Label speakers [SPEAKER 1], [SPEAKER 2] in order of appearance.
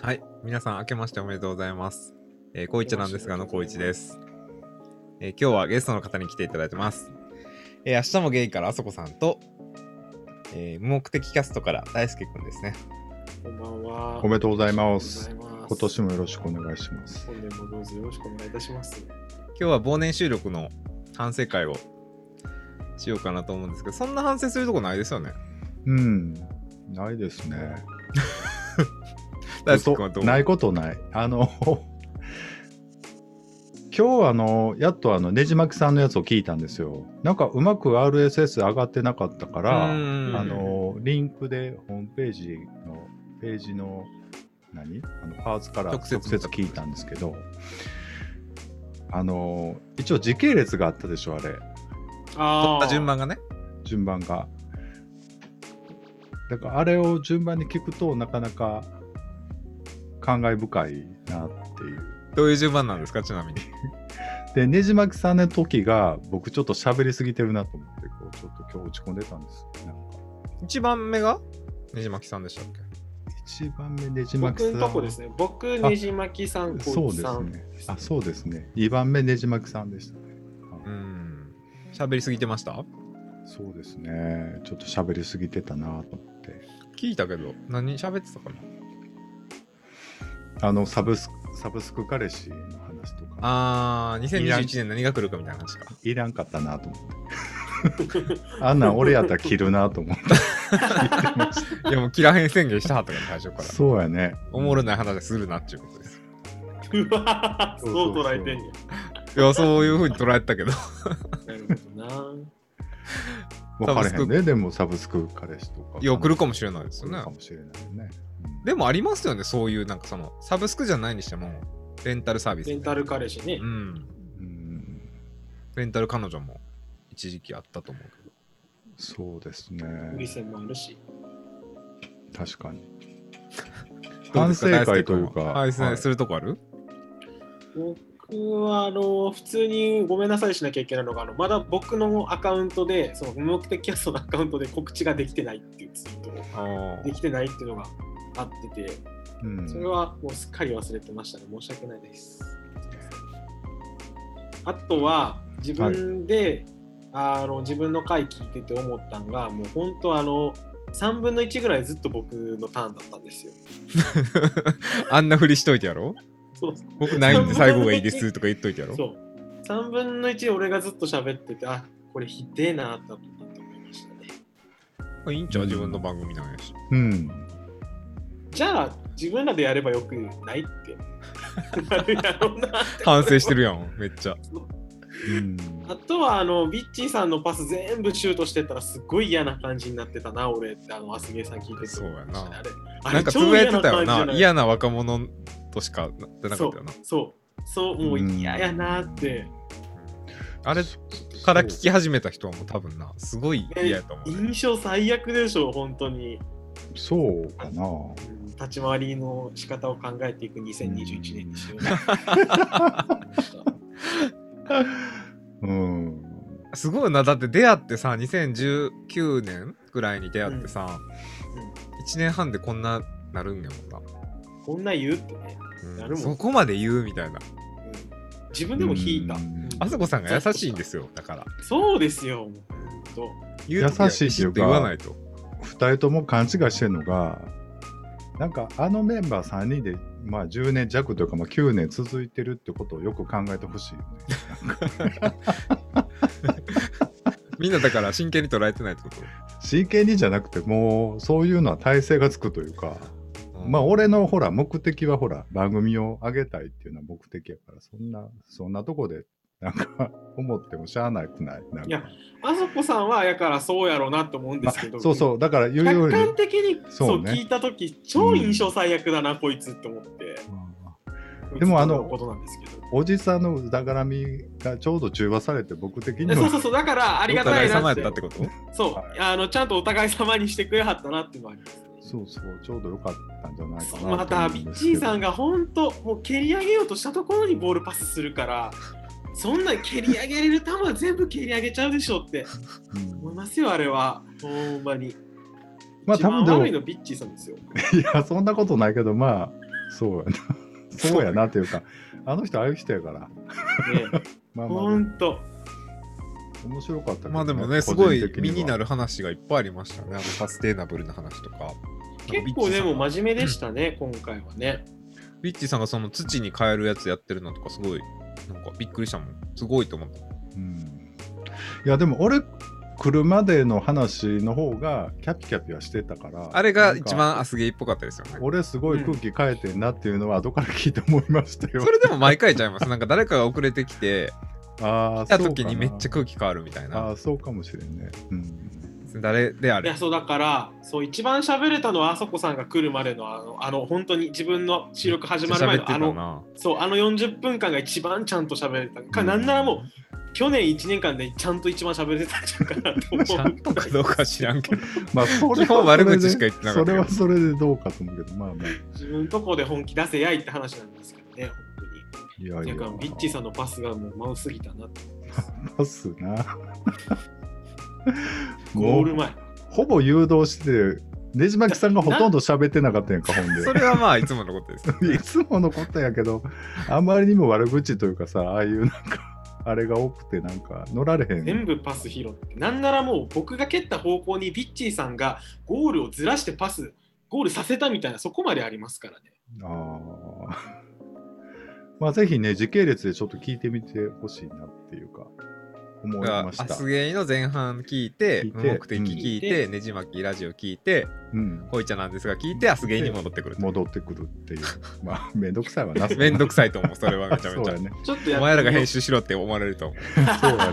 [SPEAKER 1] はい、皆さん明けましておめでとうございます。えー、こういちなんですがのこういちです。えー今日はゲストの方に来ていただいてます。えー明日もゲイからあそこさんと、えー無目的キャストから大輔くんですね。
[SPEAKER 2] こんばんは。
[SPEAKER 3] おめでとうござい
[SPEAKER 2] おめでとうご
[SPEAKER 3] ま
[SPEAKER 2] ざ
[SPEAKER 3] す
[SPEAKER 2] い。ます
[SPEAKER 3] 今年もよろしくお願いします。
[SPEAKER 2] 本年もどうぞよろしくお願いいたします。
[SPEAKER 1] 今日は忘年収録の反省会をしようかなと思うんですけど、そんな反省するとこないですよね。
[SPEAKER 3] うん。ないですね。
[SPEAKER 1] 大輔くんはど
[SPEAKER 3] 嘘
[SPEAKER 1] う
[SPEAKER 3] ないことない。あの、 今日あの、やっとあの、ねじまきさんのやつを聞いたんですよ。なんかうまく RSS 上がってなかったから、
[SPEAKER 1] う
[SPEAKER 3] あ
[SPEAKER 1] ん
[SPEAKER 3] の、リンクでホームページの、ページの、何あのパーツから
[SPEAKER 1] 直
[SPEAKER 3] 直
[SPEAKER 1] 接
[SPEAKER 3] 接聞いたんですけど、あの、一応時系列があったでしょ、あれ。
[SPEAKER 2] あ
[SPEAKER 1] 取った順番がね。
[SPEAKER 3] 順番が。だからあれを順番に聞くとなかなか感慨深いなっていう。
[SPEAKER 1] どういう順番なんですか、ちなみに。
[SPEAKER 3] で、ねじまきさんの時が僕ちょっと喋りすぎてるなと思って、こうちょっと今日落ち込んでたんです。なんか
[SPEAKER 1] 一番目がねじまきさんでしたっけ
[SPEAKER 3] 一番目ねじまきさ
[SPEAKER 2] 僕
[SPEAKER 3] ん。
[SPEAKER 2] のとこですね。僕、ねじまきさん、
[SPEAKER 3] そ
[SPEAKER 2] こ
[SPEAKER 3] う
[SPEAKER 2] う
[SPEAKER 3] で
[SPEAKER 2] ちさ
[SPEAKER 3] す
[SPEAKER 2] ん。
[SPEAKER 3] ね。あ、そうですね。二番目ねじまきさんでしたね。
[SPEAKER 1] うーん。喋りすぎてました
[SPEAKER 3] そうですね。ちょっと喋りすぎてたなと思って。
[SPEAKER 1] 聞いたけど、何喋ってたかな
[SPEAKER 3] あの、サブスク、サブスク彼氏の話とか、
[SPEAKER 1] あー、2021年何が来るかみたいな話か。
[SPEAKER 3] いらんかったなと思って。あんなん俺やったら着るなと思 って聞いてまし
[SPEAKER 1] いやもう、キラ変宣言したはったから、最初か
[SPEAKER 3] た。
[SPEAKER 1] ら。
[SPEAKER 3] そうやね。
[SPEAKER 1] おもろない話するなっていうことです。
[SPEAKER 2] うわ
[SPEAKER 3] そう
[SPEAKER 2] そ
[SPEAKER 3] そううそう
[SPEAKER 2] 捉えてんや。
[SPEAKER 1] いや、そういうふうに捉えてたけど。
[SPEAKER 2] なるほどな。
[SPEAKER 3] わか
[SPEAKER 1] サブ
[SPEAKER 3] れへ
[SPEAKER 1] ス
[SPEAKER 3] ん
[SPEAKER 1] ク
[SPEAKER 3] ね。でもサブスク彼氏とか。
[SPEAKER 1] いや、来るかもしれないです
[SPEAKER 3] 来
[SPEAKER 1] よ
[SPEAKER 3] る
[SPEAKER 1] ね
[SPEAKER 3] か。もしれないね。うん
[SPEAKER 1] でもありますよね、そういう、なんかその、サブスクじゃないにしても、レンタルサービス。
[SPEAKER 2] レンタル彼氏ね
[SPEAKER 1] う。ん。
[SPEAKER 3] うん
[SPEAKER 1] レンタル彼女も一時期あったと思うけど。
[SPEAKER 3] そうですね。
[SPEAKER 2] 売り線もあるし。
[SPEAKER 3] 確かに。
[SPEAKER 1] どう
[SPEAKER 3] 反
[SPEAKER 1] です
[SPEAKER 3] 省会というか。
[SPEAKER 1] 大輔君は反省
[SPEAKER 3] はい
[SPEAKER 1] するとこある
[SPEAKER 2] 僕は、あの、普通にごめんなさいしなきゃいけないのが、あのまだ僕のアカウントで、その無目的キャストのアカウントで告知ができてないっていうツイートを
[SPEAKER 1] あー
[SPEAKER 2] できてないっていうのがあってて、
[SPEAKER 3] うん
[SPEAKER 2] それはもうすっかり忘れてましたね。申し訳ないです。あとは、自分で、あの自分の回聞いてて思ったのが、もう本当あの、3分の1ぐらいずっと僕のターンだったんですよ。
[SPEAKER 1] あんなふりしといてやろ
[SPEAKER 2] そう
[SPEAKER 1] 僕ないんで最後がいいですとか言っといてやろ
[SPEAKER 2] そう。3分の1俺がずっと喋ってて、あ、これひでえなと思ったと思いましたね。
[SPEAKER 1] いいんちゃう自分の番組なんやし。
[SPEAKER 3] うん。
[SPEAKER 2] じゃあ、自分らでやればよくないっ て。 なるやろうな。
[SPEAKER 1] 反省してるやん、めっちゃ。
[SPEAKER 3] うん
[SPEAKER 2] あとはあのビッチーさんのパス全部シュートしてたらすごい嫌な感じになってたな俺ってあのアスゲーさん聞いてて
[SPEAKER 1] そうやな
[SPEAKER 2] あれあれ
[SPEAKER 1] なんかつぶやいてたよ
[SPEAKER 2] 超嫌感じじゃ
[SPEAKER 1] な。
[SPEAKER 2] い
[SPEAKER 1] 嫌な若者としかなってなかったよな。
[SPEAKER 2] そうそうもう嫌やなって
[SPEAKER 1] あれから聞き始めた人はもう多分な、すごい嫌やと思うね、
[SPEAKER 2] 印象最悪でしょ本当に
[SPEAKER 3] そうかな。
[SPEAKER 2] うん立ち回りの仕方を考えていく2021年にしよ うな
[SPEAKER 3] うん。
[SPEAKER 1] すごいな、だって出会ってさ、2019年ぐらいに出会ってさ、1年半でこんななるんやもんな。
[SPEAKER 2] こんな言うってね、
[SPEAKER 1] うん
[SPEAKER 2] なるもん
[SPEAKER 1] そこまで言うみたいな。
[SPEAKER 2] うん自分でも引いた、
[SPEAKER 3] うん
[SPEAKER 1] あそこさんが優しいんですよ、だから。
[SPEAKER 2] そうですよもうほんと
[SPEAKER 1] 言う時は
[SPEAKER 3] 優しいって
[SPEAKER 1] ビシッ
[SPEAKER 3] いうか
[SPEAKER 1] と言わないと。
[SPEAKER 3] 二人とも勘違いしてるのが、なんかあのメンバー3人で、まあ、10年弱というか、まあ、9年続いてるってことをよく考えてほしいよね。
[SPEAKER 1] みんなだから真剣に捉えてないってこと。
[SPEAKER 3] CKD じゃなくてもうそういうのは体勢がつくというか、 まあ俺のほら目的はほら番組を上げたいっていうのは目的やからそんなそんなとこでなんか思ってもしゃあないくないなんか
[SPEAKER 2] いやあそこさんはやからそうやろうなと思うんで
[SPEAKER 3] ます
[SPEAKER 2] けど、
[SPEAKER 3] あそうそうだから言うよ
[SPEAKER 2] 客
[SPEAKER 3] り
[SPEAKER 2] 観的にそう
[SPEAKER 3] そうね
[SPEAKER 2] 聞いた時超印象最悪だな、こいつって思って
[SPEAKER 3] んでもあの
[SPEAKER 2] こいつとことなんですけど
[SPEAKER 3] おじさんのうだがらみがちょうど中和されて僕的に
[SPEAKER 2] えそう
[SPEAKER 3] は
[SPEAKER 2] そうそうだからあ
[SPEAKER 1] あ
[SPEAKER 2] りがたい
[SPEAKER 1] お互い様
[SPEAKER 2] な
[SPEAKER 1] や
[SPEAKER 2] っ
[SPEAKER 1] ってたってこと
[SPEAKER 2] そう、
[SPEAKER 3] はい
[SPEAKER 2] あのちゃんとお互い様にしてくれはったなっていうのはありますね
[SPEAKER 3] そうそうちょうどよかったんじゃないかな
[SPEAKER 2] そ
[SPEAKER 3] と
[SPEAKER 2] う
[SPEAKER 3] 思うん
[SPEAKER 2] またビッチーさん
[SPEAKER 3] が
[SPEAKER 2] が本当もう蹴り上げようとしたところにボールパスするからそんな蹴り上げれる球は全部蹴り上げちゃうでしょって思いますよあれはほんまに、
[SPEAKER 3] まあ
[SPEAKER 2] 一
[SPEAKER 3] 多
[SPEAKER 2] 番
[SPEAKER 3] 分で
[SPEAKER 2] 悪い
[SPEAKER 3] も
[SPEAKER 2] のビッチーさんですよ
[SPEAKER 3] いやそんなことないけどまあそうやな。 そうやなというか、あの人ああいう人やから。 まあまあ、
[SPEAKER 2] ほんと。
[SPEAKER 3] 面白かったけど
[SPEAKER 1] まあでもね、すご
[SPEAKER 3] 個
[SPEAKER 1] い
[SPEAKER 3] 人的
[SPEAKER 1] 身にな
[SPEAKER 3] る。
[SPEAKER 1] る話がいっぱいありましたね。あのサステイナブルな話とか。
[SPEAKER 2] 結構でも
[SPEAKER 1] マジ
[SPEAKER 2] 真面目でしたね、今回はね。
[SPEAKER 1] ビッチさんがその土に変えるやつやってるのとかすごい、なんかびっくりしたもん。すごいと思った。
[SPEAKER 3] うんいや、でも俺、来るまでの話の方がキャピキャピはしてたから。
[SPEAKER 1] あれが
[SPEAKER 3] なんか
[SPEAKER 1] 一。番アスゲイっぽかったですよね。
[SPEAKER 3] 俺すごい空気変えてんなっていうのは後から聞いて思いましたよ。
[SPEAKER 1] それでも毎回ちゃいます。なんか誰かが遅れてき て、
[SPEAKER 3] あ
[SPEAKER 1] 来た
[SPEAKER 3] あ、
[SPEAKER 1] 時にめっちゃ空気変わるみたい
[SPEAKER 3] あ
[SPEAKER 1] な。
[SPEAKER 3] あ、そうかもしれんね。うん。
[SPEAKER 1] 誰であ
[SPEAKER 2] い
[SPEAKER 1] れ
[SPEAKER 2] や、。そうだから、そう、一番喋れたのは、あそこさんが来るまでの、あの、あの本当に自分の収録始まる前
[SPEAKER 1] 喋って
[SPEAKER 2] の、
[SPEAKER 1] た
[SPEAKER 2] あの、
[SPEAKER 1] な。
[SPEAKER 2] そう、あの40分間が一番ちゃんと喋れた。か、なんならもう、去年1年間でちゃんと一番喋れてたんじゃないかなと思う。
[SPEAKER 1] ちゃんとかどうか知らんけど。
[SPEAKER 3] まあ、 それは
[SPEAKER 1] 基本悪口しか言ってなか
[SPEAKER 3] そ
[SPEAKER 1] ったけど
[SPEAKER 3] れはそれでどうかと思うけど、まあまあ。
[SPEAKER 2] 自分とこで本気出せやいって話なんですけどね、
[SPEAKER 3] いや
[SPEAKER 2] 本
[SPEAKER 3] い
[SPEAKER 2] 当
[SPEAKER 3] や
[SPEAKER 2] に。。なんか、ビッチさんのパスがもう、マウすぎたなって。
[SPEAKER 3] パスな。
[SPEAKER 2] ゴ
[SPEAKER 3] も
[SPEAKER 2] ール
[SPEAKER 3] う
[SPEAKER 2] 前。
[SPEAKER 3] ほぼ誘導してて、ねじまきさんがほとんど喋ってなかったや んか、ほん
[SPEAKER 1] それはまあいつものことですよ
[SPEAKER 3] で。
[SPEAKER 1] ね
[SPEAKER 3] いつものことやけど、あまりにも悪口というかさ、ああいうなんか、あれが多くて、なんか、乗られへん。
[SPEAKER 2] 全部パス拾って、なんならもう僕が蹴った方向にビッチーさんがゴールをずらしてパス、ゴールさせたみたいな、そこまでありますからね。
[SPEAKER 3] ああ。まあ、ぜひね、時系列でちょっと聞いてみてほしいなっていうか、思い
[SPEAKER 1] だから
[SPEAKER 3] まし
[SPEAKER 1] ア
[SPEAKER 3] た
[SPEAKER 1] ス。ゲイの前半聞いて
[SPEAKER 3] 聞い、て
[SPEAKER 1] 無目的聞いて、
[SPEAKER 2] う
[SPEAKER 1] ねじ巻きラジオ聞いて、
[SPEAKER 3] うん。
[SPEAKER 1] こいちゃなんですが聞いて、アスゲイに戻ってくると。
[SPEAKER 3] 戻ってくるっていう。まあ、めんどくさいわな。
[SPEAKER 1] めんどくさいと思う、それはめちゃめ
[SPEAKER 3] そう
[SPEAKER 1] ちゃ
[SPEAKER 3] や。ね。
[SPEAKER 2] ちょっとや
[SPEAKER 1] お前らが編集しろって思われると思う。
[SPEAKER 3] そうやね。